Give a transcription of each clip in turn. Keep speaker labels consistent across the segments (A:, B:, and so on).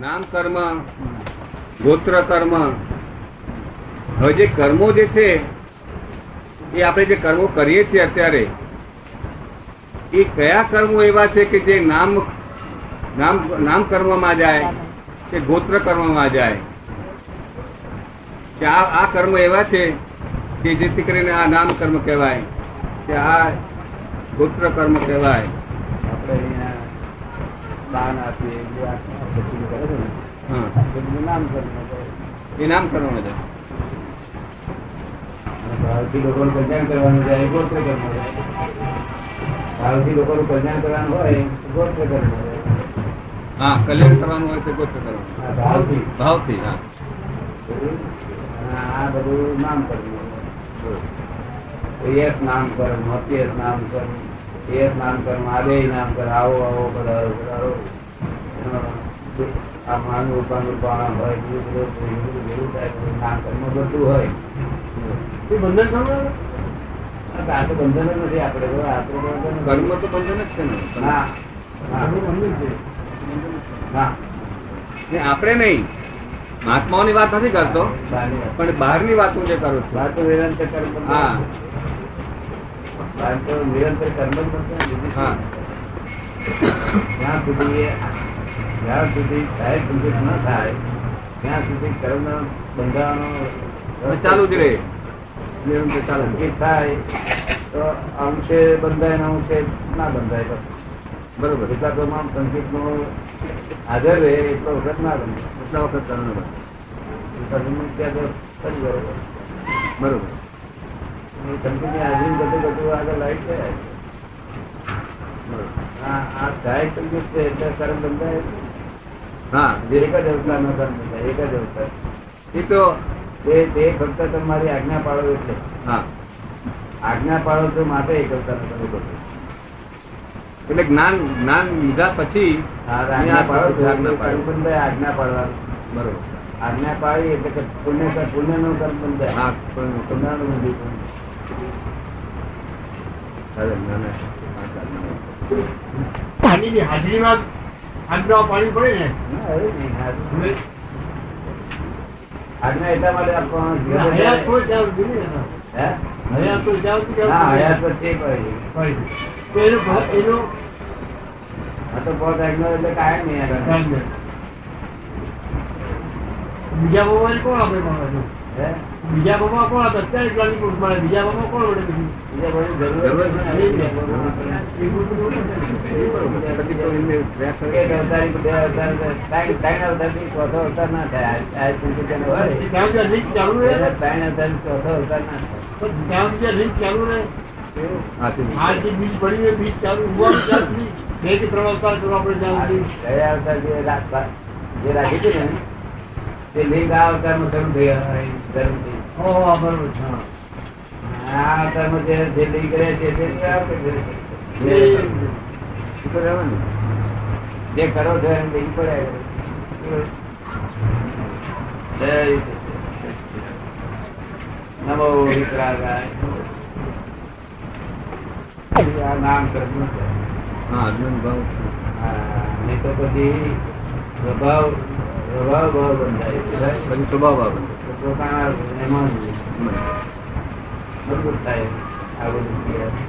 A: નામ કર્મ ગોત્ર કર્મ હવે જે કર્મો જે છે એ આપણે જે કર્મો કરીએ છીએ અત્યારે એ કયા કર્મો એવા છે કે જે નામ નામ નામ કર્મમાં જાય કે ગોત્ર કર્મમાં જાય કે આ આ કર્મ એવા છે કે જેથી કરીને આ નામ કર્મ કહેવાય કે આ ગોત્ર કર્મ કહેવાય
B: આપણે અહીંયા દાન આપીએ જે આ બધું કરે છે ને,
A: હા
B: આ બધું નામ કર્મ કરે.
A: એ નામ કર્મમાં જાય
B: અને બહારથી લોકોનું કલ્યાણ કરવાનું જાય એ ગોત્ર કર્મ કરે. બહારથી લોકોનું કલ્યાણ કરવાનું હોય તો ગોત્ર કર્મ કરે.
A: હા કલ્યાણ કરવાનું હોય તો ગોત્ર કરવાનું
B: આ ભાવથી
A: ભાવથી હા
B: બધું. અને આ બધું નામ કર્મ કરે. યસ નામ કર્મ અત્યસ નામ કર્મ યસ નામ કર્મ આદે નામ કર આવો આવો પધારો પધારો એમાં આ માનવ ઉપાનું પાણા હોય બીજું બધું ભેગું ભેગું થાય બધું નામ કર્મ બધું હોય એ બંધન સમજાવો ને? આ તો બંધન જ નથી આપણે તો આપણે તો બંધન નથી.
A: કર્મ તો બંધન જ છે ને
B: ના ના. ના
A: ને આપણે નહીં મહાત્માઓની વાત નથી કરતો
B: બહારની વાત.
A: પણ બહારની વાત હું જે કરું છું
B: બહાર તો નિરંતર કર્મ બંધન.
A: હા.
B: બહાર તો નિરંતર કર્મ જ બંધન, બીજું
A: હા.
B: જ્યાં સુધી એ- જ્યાં સુધી સાહેબ સંતુષ્ટ ન થાય ત્યાં સુધી કર્મ બંધાવાનો
A: અને ચાલુ જ રહે
B: નિરંતર ચાલુ એ થાય તો અંશે બંધાય ને અંશે ના બંધાય બસ.
A: બરોબર
B: એટલા પ્રમાણ સંકેતનો હાજર રહે એટલો વખત ના બંધાય
A: એટલા વખત ચાલુ ન રહે.
B: એટલા પ્રમાણ ત્યાં તો ફરી બરોબર.
A: બરોબર
B: એ સંકેતની હાજરી બધું બધું આગળ લાઈટ છે
A: બરોબર.
B: આ આ સાહેબ સંકેત છે એટલે કર્મ બંધાય જ નહીં.
A: હા જે
B: એક જ અવતારનો કર્મ બંધાય એક જ અવતાર
A: એ તો
B: તે તે ફક્ત તમારી આજ્ઞા પાડો એટલે
A: હા
B: આજ્ઞા પાડો છો માટે એક અવતાર કર્મ બંધાય
A: એટલે જ્ઞાન જ્ઞાન લીધા પછી
B: આ આજ્ઞા પાડો છો
A: આજ્ઞા
B: એટલે કર્મ
A: પાડો.
B: બંધાય આજ્ઞા પાડવાનું
A: બરોબર
B: આજ્ઞા પાડી એટલે કે પુણ્ય પુણ્યનો કર્મ બંધાય
A: હા પણ
B: પુણ્યનું બંધન.
A: ચાલે, ના, ના. હા, ચાલે, ના.
C: પાણીની હાજરીમાં આજ્ઞા પાણી પડે
B: ના, એવું નહીં. આજ્ઞા-
C: ને
B: આજ્ઞા એટલા માટે આપવાનું છે.
C: હયાત હોય ત્યાં સુધી નહીં રહેતા.
B: હે?
C: હયાત હોય ત્યાં સુધી
B: ના,
C: ત્યાં
B: હયાત
C: સુધી
B: વચ્ચે પડે.
C: પડે. તો એનો ભાવ- એનો
B: આ તો પોત આજ્ઞા એટલે કાયમ નહીં આગળ.
C: ધ્યાન રાખજો. બીજા બાબાને કોણ આપણે માણસ?
B: હે?
C: બીજા બાબા કોણ આપણે? અત્યારે ઇસ્લામિક ગ્રુપ માં બીજા બાબા કોણ વડે બીજું?
B: બીજા કોઈની જરૂર જ
C: એ
B: નથી.
C: જ ને. એ ગ્રુપનું વડે ને.
A: બરોબર. પછી તો એમને પ્રયાસ કરે.
B: એક અવતારી, બે અવતાર, ત્રણ- ત્રણ અવતારથી ચોથો અવતાર ના થાય. આ- આ સુધી તેને હોય.
C: એ ત્યાં સુધી આ રીત ચાલુ રહે
B: એટલે
C: ને?
B: ત્રણ અવતારથી ચોથો અવતાર ના થાય.
C: પણ ત્યાં સુધી આ રીત ચાલુ રહે.
B: એવું?
A: હા, ચાલે.
C: આ જે બીજ પડ્યું એ બીજ ચાલુ હોવાનું ત્યાં સુધી બે કે ત્રણ અવતાર કરવા આપણે ત્યાં સુધી
B: ગયા અવતાર જે રા- જે રાખી હતી ને તે લિંગ આ અવતારમાં શરૂ થઈ ધર્મ થઈ
C: ઓહો, આ બરોબર છે. હા.
B: આ અવતારમાં જે- જે લિંગ રહે છે તે આ અવતારમાં
C: એ
B: રહે છે.
A: શું કરે હવે ને?
B: જે કરો છો એને લિંગ પડે જય શ્રી કૃષ્ણ. નમો વિકરાગાય. આ નામ કર્મનું છે.
A: હા અર્જુન ભાવ છે.
B: આ નહીં તો પછી પ્રભાવ પ્રભાવ ભાવ બંધાય છે.
A: પછી સ્વભાવ આવે
B: પોતાના એમાં જ
A: બરાબર.
B: મજબૂત થાય આ બધું ક્રિયા.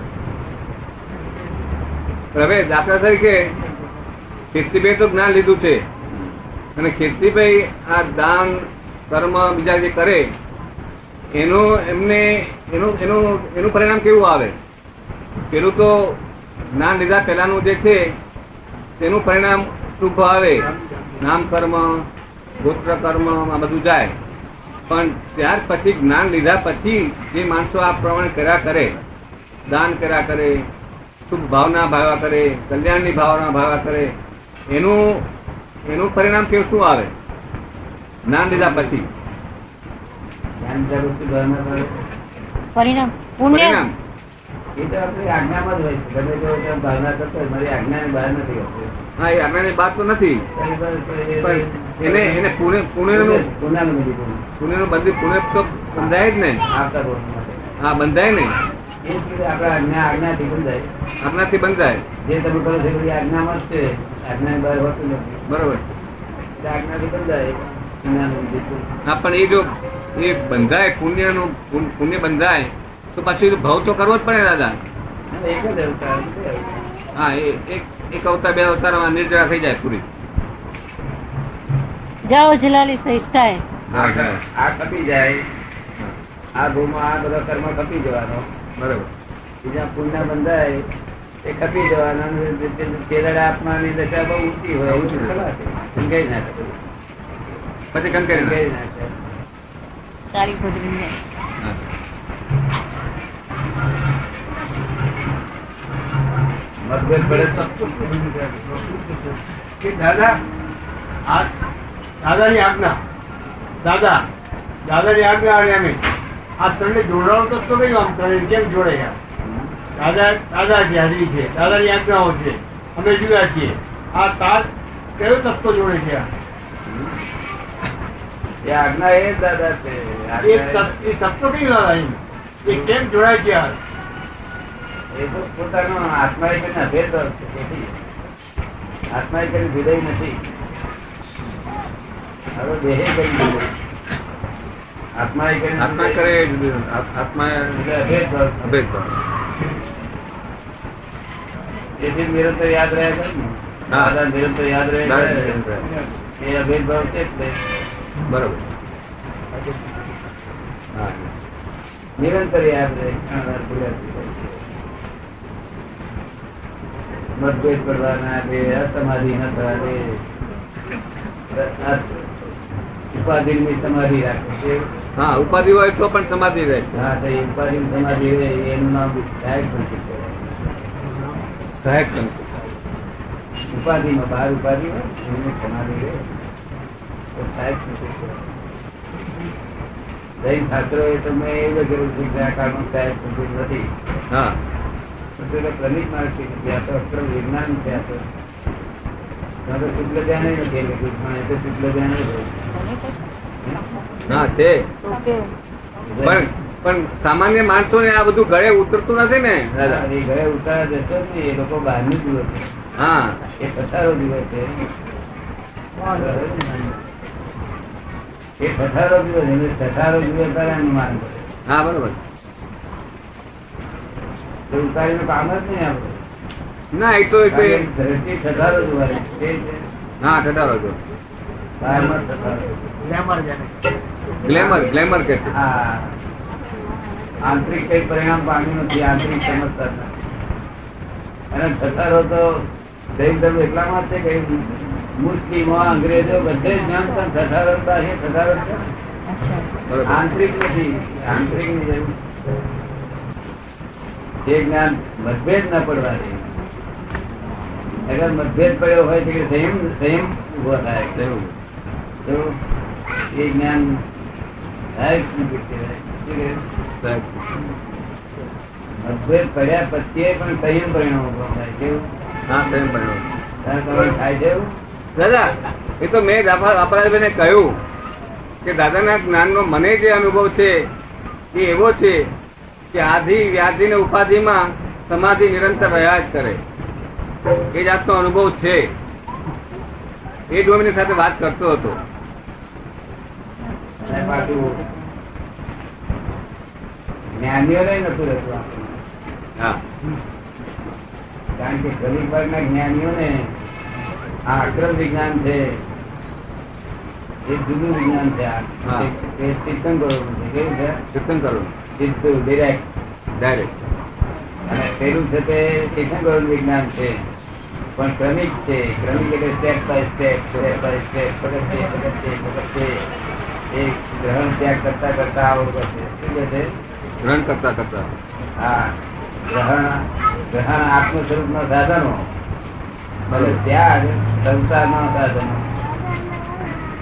A: હવે દાખલા તરીકે કીર્તિભાઈ તો જ્ઞાન લીધું છે અને કીર્તિભાઈ આ દાન કર્મ બીજા જે કરે એનું એમને એનું એનું એનું પરિણામ કેવું આવે પેલું તો જ્ઞાન લીધા પહેલાનું જે છે તેનું પરિણામ શુભ આવે નામ કર્મ ગોત્ર કર્મ આ બધું જાય પણ ત્યાર પછી જ્ઞાન લીધા પછી જે માણસો આ પ્રમાણે કર્યા કરે દાન કર્યા કરે શુભ ભાવના ભાવા કરે કલ્યાણની ભાવના ભાવા કરે એનું એનું પરિણામ કેવું શું આવે જ્ઞાન લીધા પછી
B: ધ્યાન જાગૃતિ ભાવના કરે.
D: પરિણામ પુણ્ય
A: પરિણામ
B: એ તો આપણી આજ્ઞામાં જ હોય છે. ગમે તેવો તમે ભાવના કરતો હોય, મારી આજ્ઞાની બહાર નથી હોતી.
A: હા એ આપણાની વાત તો નથી
B: ત્યારે બસ એ-
A: પણ એને એને પુણે પુણેનું
B: પુણ્યનું બીજું પુણ્ય.
A: પુણેનું બંધી પુણે તો બંધાય જ ને
B: આવતા બોલવા માટે.
A: હા બંધાય ને
B: એ જ રીતે આપણા આજ્ઞા આજ્ઞાથી બંધાય.
A: આપણાથી બંધાય
B: જે તમે કરો છો એ બધી આજ્ઞામાં જ છે આજ્ઞાની બહાર હોતું નથી
A: બરોબર
B: એટલે આજ્ઞાથી બંધાય જ્ઞાનનું જેટલું.
A: હા પણ એ જો એ બંધાય પુણ્યનું પુણ- પુણ્ય બંધાય તો પાછું એ ભાવ તો કરવો જ પડે દાદા
B: અને એક જ અવતાર બે અવતાર.
A: હા એ એક એક અવતાર બે અવતારમાં નિર્જળા થઈ જાય પૂરી
D: જાઓ જલાલી સહિત થાય
A: હા,
B: આ
A: હા.
B: આ કપી જાય આ ભૂમાં આ બધા કર્મ કપી જવાનો
A: બરાબર
B: બીજા પુણ્ય બંધાય એ કપી જવાના અને જે- જે- જે કેરળ આત્માની દશા બહુ ઊંચી હોય
A: ઊંચી હોય.
B: ખલાસ છે. ઊંઘાઈ નાખે
A: પછી કંકરી નાખે.
B: ઊંઘાઈ નાખે
D: સારી ભોગવી જાય
A: હા.
B: મતભેદ પડે તો
C: કે દાદા આ દાદાની આજ્ઞા દાદા દાદાની આજ્ઞા અને અમે આ ત્રણને જોડાવું તો તો કયું આમ ત્રણે કેમ જોડાય દાદા દાદા છે હરી છે દાદાની આજ્ઞાઓ છે અમે જુદા છીએ આ તાર કયો તત્વ જોડે છે આ?
B: એ આજ્ઞા એ જ દાદા છે
C: એ
B: આજ્ઞા
C: તત્વ- એ તત્વ કઈ દાદા એમ? એ કેમ જોડાય છે આ
B: એ તો પોતાનો આત્મા એ કરીને અભેદ ભાવ છે તેથી. આત્મા એ કરીને જુદાઈ નથી હવે દેહે કરી દીધું. આત્મા એ કરીને
A: આત્મા કરે એ જુદું. આ- આત્મા
B: એટલે અભેદ ભાવ છે.
A: અભેદ ભાવ.
B: તેથી નિરંતર યાદ રહ્યા કરે ને
A: હા.
B: દાદા નિરંતર યાદ રહે
A: દાદા
B: છે.
A: નિરંતર યાદ
B: એ અભેદ ભાવ છે જ તે.
A: બરાબર
B: હા. નિરંતર યાદ રહે મતભેદ કરવા ના દે અસમાધિ ન થવા દે ઉપાધિની સમાધિ રાખે છે
A: હા ઉપાધિ હોય તો પણ સમાધિ રહે છે.
B: હા તો એ ઉપાધિની સમાધિ રહે એનું નામ સાહેબ નથી કહેવાય.
A: સહાયક સંતો.
B: ઉપાધિમાં બહાર ઉપાધિ હોય એની સમાધિ રહે તો સાહેબ નથી કહેવાય. જૈન શાસ્ત્રોએ તમને એ વગેરે છે કે આ કાળમાં સાહેબ સંતુષ્ટ નથી
A: હા
B: એટલે તો પ્રમિત માણસ છે. ત્યાં તો અક્ષર વિજ્ઞાન છે આ તો. ત્યાં તો શુક્લ ધ્યાન ય નથી એટલે કૃષ્ણ એ તો શુક્લ ધ્યાન ય હોય.
A: હા છે પણ પણ સામાન્ય માણસોને આ બધું ગળે ઉતરતું નથી ને દાદા
B: એ ગયા ઉતાર જશો ને એ લોકો બહારની દિવસ
A: હા
B: છે એ પથારો દિવસ છે એ પથારો દિવસ એને પથારો દિવસ તારે એનું માન કરે.
A: હા બરોબર
B: તો ઉતારીનું કામ જ નહીં આપણે
A: ના એ તો એ તો
B: કારણ
A: એ-
B: કે ધરતી પથારો જ હોય. તે છે.
A: હા કટારો છો
B: બહારમાં પથારો.
C: ગ્લેમર જેને
A: ગ્લેમર ગ્લેમર કે છે
B: હા આંતરિક કઈ પરિણામ પામ્યું નથી આંતરિક સમજતા નથી. અને થતારો તો જૈન ધર્મ એટલા માટે કે મુસ્લિમો અંગ્રેજો બધે જ નામ પણ થતારો જ બાહ્ય થતારો જ છે.
A: બરોબર
B: આંતરિક નથી આંતરિક ની જરૂર છે. એ જ્ઞાન મતભેદ ના પડવા દે અગર મતભેદ પડ્યો હોય તો કે સંયમ સંયમ ઉભો થાય
A: એવું.
B: તો એ જ્ઞાન થાય જ નહીં કહેવાય. શું કહેવાય?
A: સાહેબ.
B: મતભેદ પડ્યા પછી પણ સંયમ પરિણામ ઉભો થાય કેવું
A: હા સાહેબ બરાબર
B: તારે તમારે થાય છે એવું?
A: દાદા એ તો મેં આપણાભાઈને કહ્યું કે દાદાના જ્ઞાનનો મને જે અનુભવ છે એ એવો છે કે આધિ વ્યાધિ ને ઉપાધિમાં સમાધિ નિરંતર રહ્યા જ કરે એ જાતનો અનુભવ છે એ જ હું એમની સાથે વાત કરતો હતો
B: અને પાછું જ્ઞાનીઓને નતું રહેતું આપણને.
A: હા
B: કારણ કે ગરીબ વર્ગના જ્ઞાનીઓને આ અક્રમ વિજ્ઞાન છે એ જુદું વિજ્ઞાન છે આ
A: હા.
B: એ તીર્થંકરોનું છે કેવું છે
A: કીર્તન કરો
B: તીર્થું, direct.
A: ડાયરેક્ટ
B: અને પેલું છે તે તીર્થંકરોનું વિજ્ઞાન છે પણ ક્રમિક છે ક્રમિક એટલે step by step, step by step, પગથિયે, પગથિયે, પગથિયે. એ ગ્રહણ ત્યાગ કરતા કરતા આવો કરશે શું કહે છે
A: ગ્રહણ કરતા કરતા
B: હા ગ્રહણ ગ્રહણ આત્મ સ્વરૂપના સાધનો અને ત્યાગ સંસારના સાધનો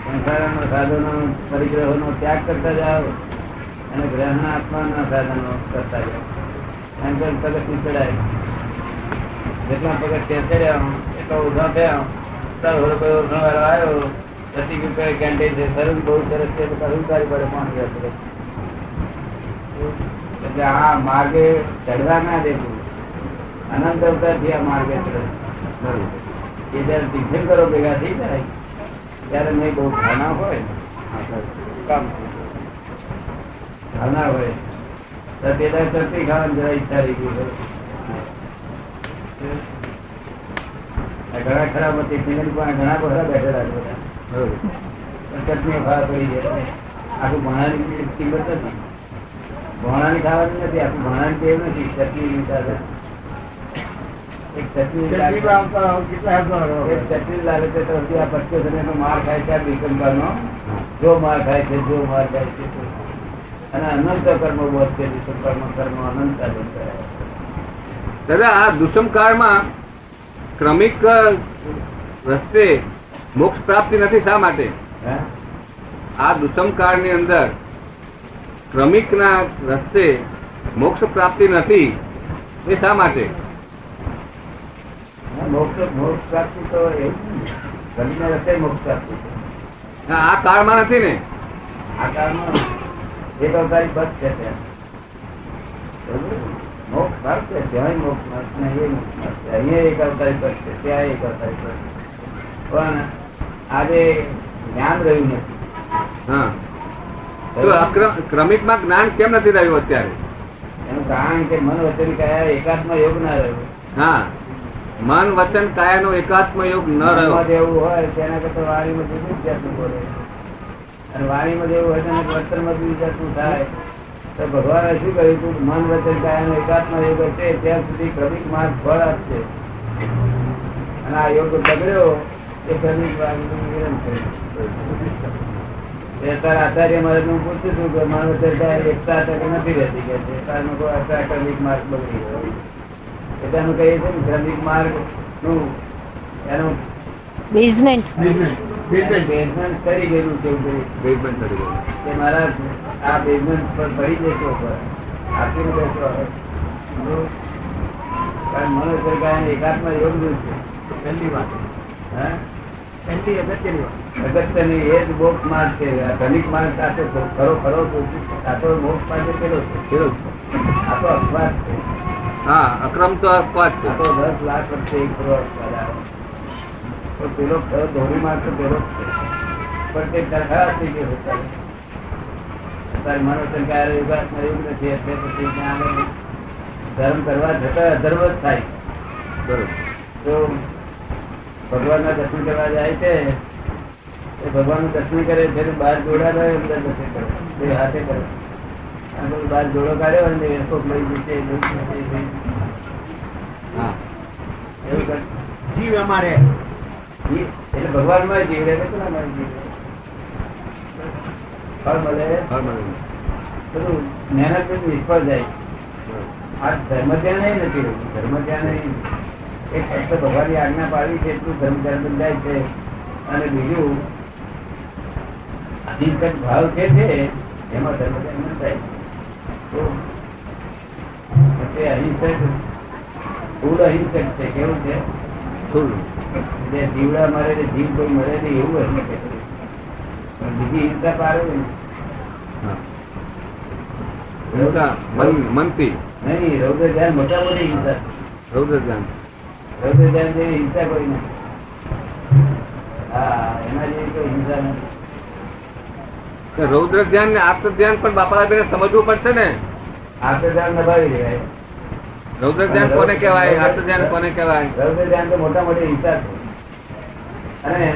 B: સંસારના સાધનો પરિગ્રહોનો ત્યાગ કરતા જાઓ અને ગ્રહણ આત્માના સાધનો કરતા જાઓ એમ કરીને પગથિયું ચડાય જેટલા પગથિયાં ચડ્યા એટલો ઉધો થયો તારો થોડો કોઈ ઉધોવાળો આવ્યો પ્રતિક રૂપિયા કેન્ટીન છે સરું બહુ સરસ છે તો તારે ઉતારી પડે પાંચ હજાર રૂપિયા. એટલે આ માર્ગે ચડવા ના દેવું અનંત અવતારથી આ માર્ગે ચડે
A: બરાબર
B: એ જયારે તીર્થંકરો ભેગા થઈ જાય ત્યારે મેં બહુ ભાવના હોય કામ ભાવના હોય તો તે દાડે તરતી ખાવાની જરા ઈચ્છા રહી ગઈ હોય. આ ઘણા ખરાબ હતી સિંગલ પણ ઘણા બધા બેઠેલા છે બધા. પણ ચટણી ભાવ પડી જાય આખું ભણાની કિંમત નથી ભણાની ખાવાની નથી આખું ભણાની ટેવ નથી ચટણી વિચારે એક ચટણી
C: કેટલી
B: લાગે-
C: વાર પણ કેટલા વાર
B: એક
C: પણ
B: ચટણી લાગે છે તો હજી આ પચ્ચીસ હજારનો માર ખાય છે આ દિગંબરનો. જો માર ખાય છે જો માર ખાય છે જો. અને અનંત કર્મ બોધ છે દિગંબરનો કર્મ અનંત ચાલે છે.
A: દાદા આ દુષ્મ કાળમાં ક્રમિક અ, રસ્તે મોક્ષ પ્રાપ્તિ નથી શા માટે
B: હે?
A: આ દુષ્મ કાળની અંદર ક્રમિકના રસ્તે મોક્ષ પ્રાપ્તિ નથી એ શા માટે
B: હા, મોક્ષ મોક્ષ પ્રાપ્તિ તો એવું જ ને. ધર્મના રસ્તે મોક્ષ પ્રાપ્તિ છે.
A: આ કાળમાં નથી ને
B: આ કાળમાં એક અવતારી બસ છે ત્યાં. બરોબર? મોક્ષ માર્ગ છે ત્યાંય મોક્ષ માર્ગ છે, અહીંયા મોક્ષ માર્ગ છે. અહીંયા એક અવતારી બસ છે ત્યાં એક અવતારી બસ છે. પણ આજે જ્ઞાન રહ્યું નથી
A: હા તો આ ક્ર- ક્રમિકમાં જ્ઞાન કેમ નથી રહ્યું અત્યારે
B: એનું કારણ કે મન વચન કયા એકાત્મા યોગ ના રહ્યો
A: હા મન વચન કાયાનો એકાત્મ યોગ ન રહ્યો
B: મનમાં જેવું હોય તેના કરતા વાણીમાં જુદું જ જાતનું બોલે અને વાણીમાં જેવું હોય તેના વર્તનમાં જુદી જાતનું થાય તો ભગવાને શું કહ્યું તું મન વચન કાયાનો એકાત્મા યોગ હશે ત્યાં સુધી ક્રમિક માર્ગ ફળ આપશે અને આ યોગ બગડ્યો એ ક્રમિક માર્ગનું વિલંબ થયું એ તારા આચાર્ય મહારાજ હું પૂછું છું કે માનવ ચર્ચા એકતા હતા કે નથી રહેતી કે છે કારણ કે આચાર ક્રમિક માર્ગ બગડી ગયો એટલે એનું કહીએ છે ને ક્રમિક માર્ગ નું એનું
D: બેઝમેન્ટ
C: બિઝનેસ બિઝનેસ
B: બેઝમેન્ટ કરી ગયેલું છે એવું બધું.
A: બેઝમેન્ટ નથી રહ્યું.
B: કે મારા આ બેઝમેન્ટ પર ભરી દેશો ઉપર આપીને બેસો હવે. બરોબર? કારણ મનોજ સરકાર એકાત્મા યોગ નું છે
C: પહેલી વાત
B: હા
C: પહેલી અગત્યની વાત
B: અગત્યની એ જ મોક્ષ માર્ગ છે આ ધનિક માર્ગ સાથે ખરો- ખરો ખરો સાચો મોક્ષ માર્ગ એ પેલો છે
A: પેલું જ.
B: આ તો અપવાદ છે
A: હા અક્રમ તો અપવાદ છે
B: આ તો દસ લાખ વર્ષે એક કરોડ અપવાદ આવે તો પેલો ખરો ધોરી માર્ગ તો પેલો જ છે પણ તે ખરાબ થઈ ગયો અત્યારે. અત્યારે માનવ સરકાર વિભાગમાં એવું નથી એટલે પછી ત્યાં આગળ ધર્મ કરવા જતા અધર્મ જ થાય
A: બરોબર
B: તો ભગવાનના દર્શન કરવા જાય છે એ ભગવાનનું દર્શન કરે છે તો બહાર જોડા રહે અંદર દર્શન કરે બે હાથે કરે અને પછી બહાર જોડો કાઢ્યો અને એ કોક લઈ જશે એ લઈ જશે, એ લઈ જશે.
A: હા
B: એવું કરે
C: જીવ અમારે
B: જીવ- એટલે ભગવાન માં જીવ રહે કેટલા માં જીવ રહે ફળ મળે
A: હા, બરોબર.
B: બધું મહેનત જ નિષ્ફળ જાય
A: બરોબર.
B: આ ધર્મ ધ્યાન એ નથી હોતું. ધર્મ ધ્યાન એ એ ફક્ત ભગવાનની આજ્ઞા પાડી છે એટલું ધર્મ ધ્યાન બંધાય છે અને બીજું હકીકત ભાવ જે છે એમાં ધર્મ ધ્યાન બંધાય છે તો તે અહિંસક ફૂલ અહિંસક છે કેવું છે
A: થોડું.
B: જે જીવડા મળે ને જીવ કોઈ મળે ને એવું અહિંસક છે પણ બીજી હિંસા પાડે
A: હા. હિંસા મન- મનથી
B: નહીં રૌદ્ર ધ્યાન મોટા મોટી હિંસા છે
A: રૌદ્ર ધ્યાન
B: રૌદ્ર ધ્યાન જેવી હિંસા કોઈ નથી. હા, એના જેવી કોઈ હિંસા નથી.
A: તો રૌદ્ર ધ્યાન ને આત્મ ધ્યાન પણ બાપાલાભાઈને સમજવું પડશે ને
B: આત્મ ધ્યાન નભાવી લેવાય.
A: રૌદ્ર ધ્યાન કોને કહેવાય આત્મ ધ્યાન કોને કહેવાય
B: રૌદ્ર ધ્યાન તો મોટા મોટી હિંસા છે. અને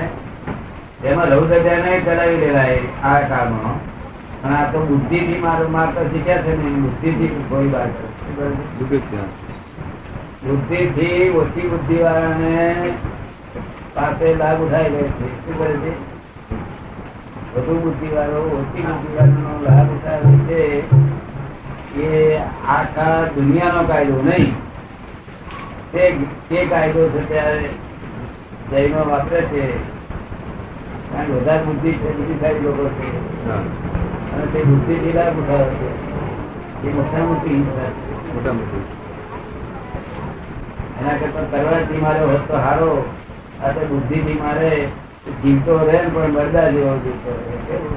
B: એમાં રૌદ્ર ધ્યાન ચલાવી લેવાય આ કાળમાં પણ આ તો બુદ્ધિ થી મારું માર તો શીખ્યા છે ને બુદ્ધિ થી કોઈ વાત નથી. બરાબર?
A: દુઃખી ધ્યાન
B: બુદ્ધિ થી ઓછી બુદ્ધિ વાળાને પાસે લાભ ઉઠાઈ લે છે શું કરે છે વધુ બુદ્ધિ વાળો ઓછી બુદ્ધિ વાળાનો લાભ ઉઠાવે છે એ આખા દુનિયાનો કાયદો નહીં તે તે કાયદો છે ત્યારે જૈનો વાપરે છે કારણ કે વધારે બુદ્ધિ છે બીજી સારી લોકો છે
A: હા.
B: અને તે બુદ્ધિ થી લાભ ઉઠાવે છે એ મોટા મોટી હિંસા છે
A: મોટા મોટી
B: એના કરતા તલવારથી મારે હોત તો હારો આ તો બુદ્ધિથી મારે જીવતો રહે ને પણ મરદા જેવો જીવતો રહે કેવું?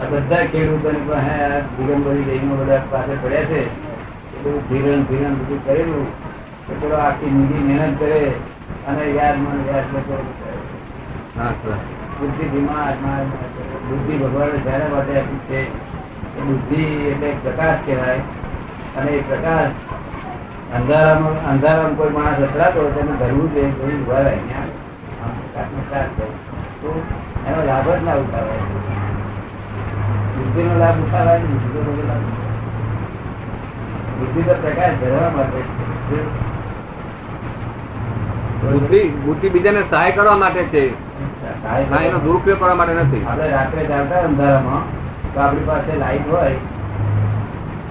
B: આ બધા ખેડૂતોને પણ હે આ દિગંબરી જઈને બધા પાસે પડ્યા છે એ બધું ધીરણ ધીરણ બધું કરેલું તો પેલો આખી ઊંધી મહેનત કરે અને યાદ મન યાદ લોકો
A: હા સરસ
B: બુદ્ધિ ધીમા આત્મા આત્મા છે. બુદ્ધિ ભગવાને જ્યારે માટે આપી છે એ બુદ્ધિ એટલે પ્રકાશ કહેવાય અને એ પ્રકાશ અંધારામાં અંધારામાં કોઈ માણસ અથડાતો હોય તો એને ધરવું જોઈએ કોઈ ઉભા રહે ને આમ પ્રકાશનો પ્રકાશ કરે. તો એનો લાભ જ ના ઉઠાવાય બુદ્ધિનો લાભ ઉઠાવાય ને બીજો બધો લાભ ઉઠાવાય. બુદ્ધિ તો પ્રકાશ ધરવા માટે છે.
A: બુદ્ધિ બુદ્ધિ બીજાને સહાય કરવા માટે છે
B: સહાય
A: હા એનો દુરુપયોગ કરવા માટે નથી
B: આપણે રાત્રે ચાલતા હોય અંધારામાં તો આપણી પાસે લાઈટ હોય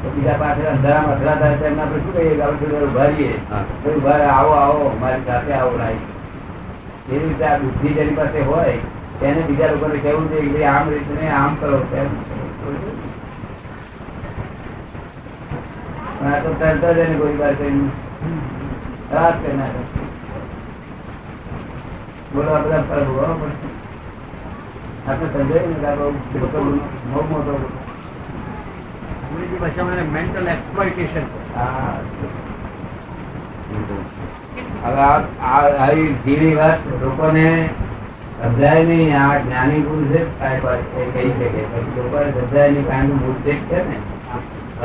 B: તો બીજા પાસે અંધારામાં અથડાતા હોય તો એમને આપણે શું કહીએ કે આપણે જોડે ઉભા રહીએ
A: હા.
B: તો ઉભા રહે, આવો આવો મારી સાથે આવો લાઈટ એવી રીતે આ બુદ્ધિ જેની પાસે હોય તેને બીજા લોકોને કહેવું જોઈએ કે ભાઈ આમ રીતે નહીં, આમ કરો તેમ કરો. પણ આ તો તરત જ એને ગોળીબાર કરીને રાત કરી નાખે. બોલો આ બધા પર ભોગવવા પડશે આપણે સમજાયું ને કે આ બહુ મોટો ગુનો, બહુ મોટો ગુનો.
C: અંગ્રેજી ભાષામાં મેન્ટલ એક્સપ્લોઇટેશન
B: હા. હવે આ- આ- આવી ધીરી વાત લોકોને સમજાય નહીં આ જ્ઞાની પુરુષ જ સાહેબ આ એ કહી શકે પછી લોકોને સમજાય નહીં કારણ કે મૂર્તિ જ છે ને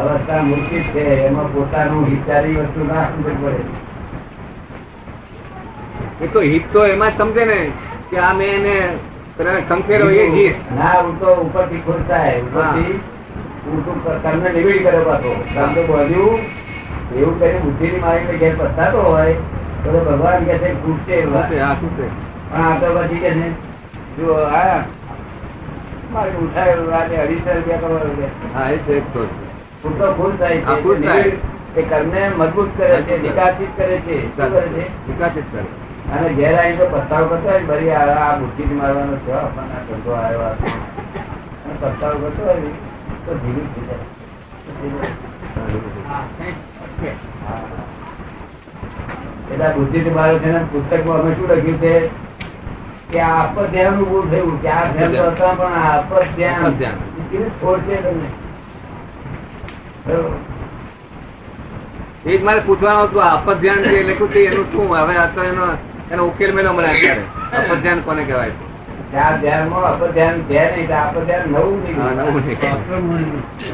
B: અવસ્થા મૂર્તિ જ છે એમાં પોતાનું વિચારી વસ્તુ ના સમજ પડે
A: એ તો હિત તો એમાં જ સમજે ને કે આ મેં એને પેલાને ખંખેર્યો એ જ હિત
B: ના હું તો ઉપરથી ખુશ થાય ઉપરથી હું તો કર્મને નિવેડ કર્યો પાછો કારણ કે બધું એવું કરીને બુદ્ધિની મારી પર ઘેર પસ્તાતો હોય તો તો ભગવાન કહે છે ખુશ છે એ વાત.
A: શું છે? હા શું છે
B: પણ આ તો પછી કહે છે જો આ મારે ઉઠાવેલું રાતે અઢીસો રૂપિયા કરવાનું છે.
A: હા એ છે એક તો
B: હું તો ખુશ થાય
A: હા, ખુશ
B: છે
A: થાય.
B: નિવેડ એ કર્મને મજબૂત કરે છે નિકાસિત કરે છે શું કરે છે
A: વિકાસિત કરે
B: અને ઘેર આવીને જો પસ્તાવો કરતો હોય ને ફરી આ આ બુદ્ધિ મારવાનો છે આપણને આ ધંધો આવ્યો આ છે. અને પસ્તાવો કરતો હોય ને તો ધીરે થઈ જાય તો ધીરે. હા. એટલે બુદ્ધિ મારો છે ને પુસ્તકમાં અમે શું લખ્યું છે કે આ અપર ધ્યાન ઊભું થયું કે આ ધ્યાન તો હતા પણ આ અપર ધ્યાન
A: અપર ધ્યાન.
B: એ કેવી છોડશે તમને બરોબર.
A: એ જ મારે પૂછવાનું હતું આ અપધ્યાન જે લખ્યું છે એનું શું હવે આ તો એનો એનો ઉકેલ મેળો મને અત્યારે અપધ્યાન કોને કહેવાય છે?
B: કે આ ધ્યાનમાં અપર ધ્યાન છે નહીં તો અપર ધ્યાન નવું
A: હા,
B: નીકળ્યું.
A: નવું છે.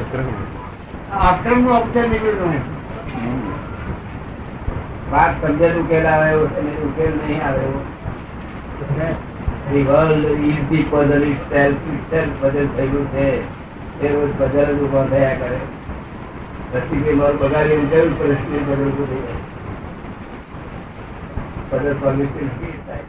C: આશ્રમ નું અપચાર નીકળ્યું
B: વાત સમજણ ઉકેલ આવે એવો છે નહીં, ઉકેલ નહીં આવે એવો
C: નહીં.
B: The world is the puzzle itself, itself puzzle થયેલું છે. એ રોજ puzzle જ ઊભા થયા કરે. પછી કઈ મારું બગાડી એમ જરૂર પડે, પછી puzzle ઊભું થઈ જાય. Puzzle solving is key થાય.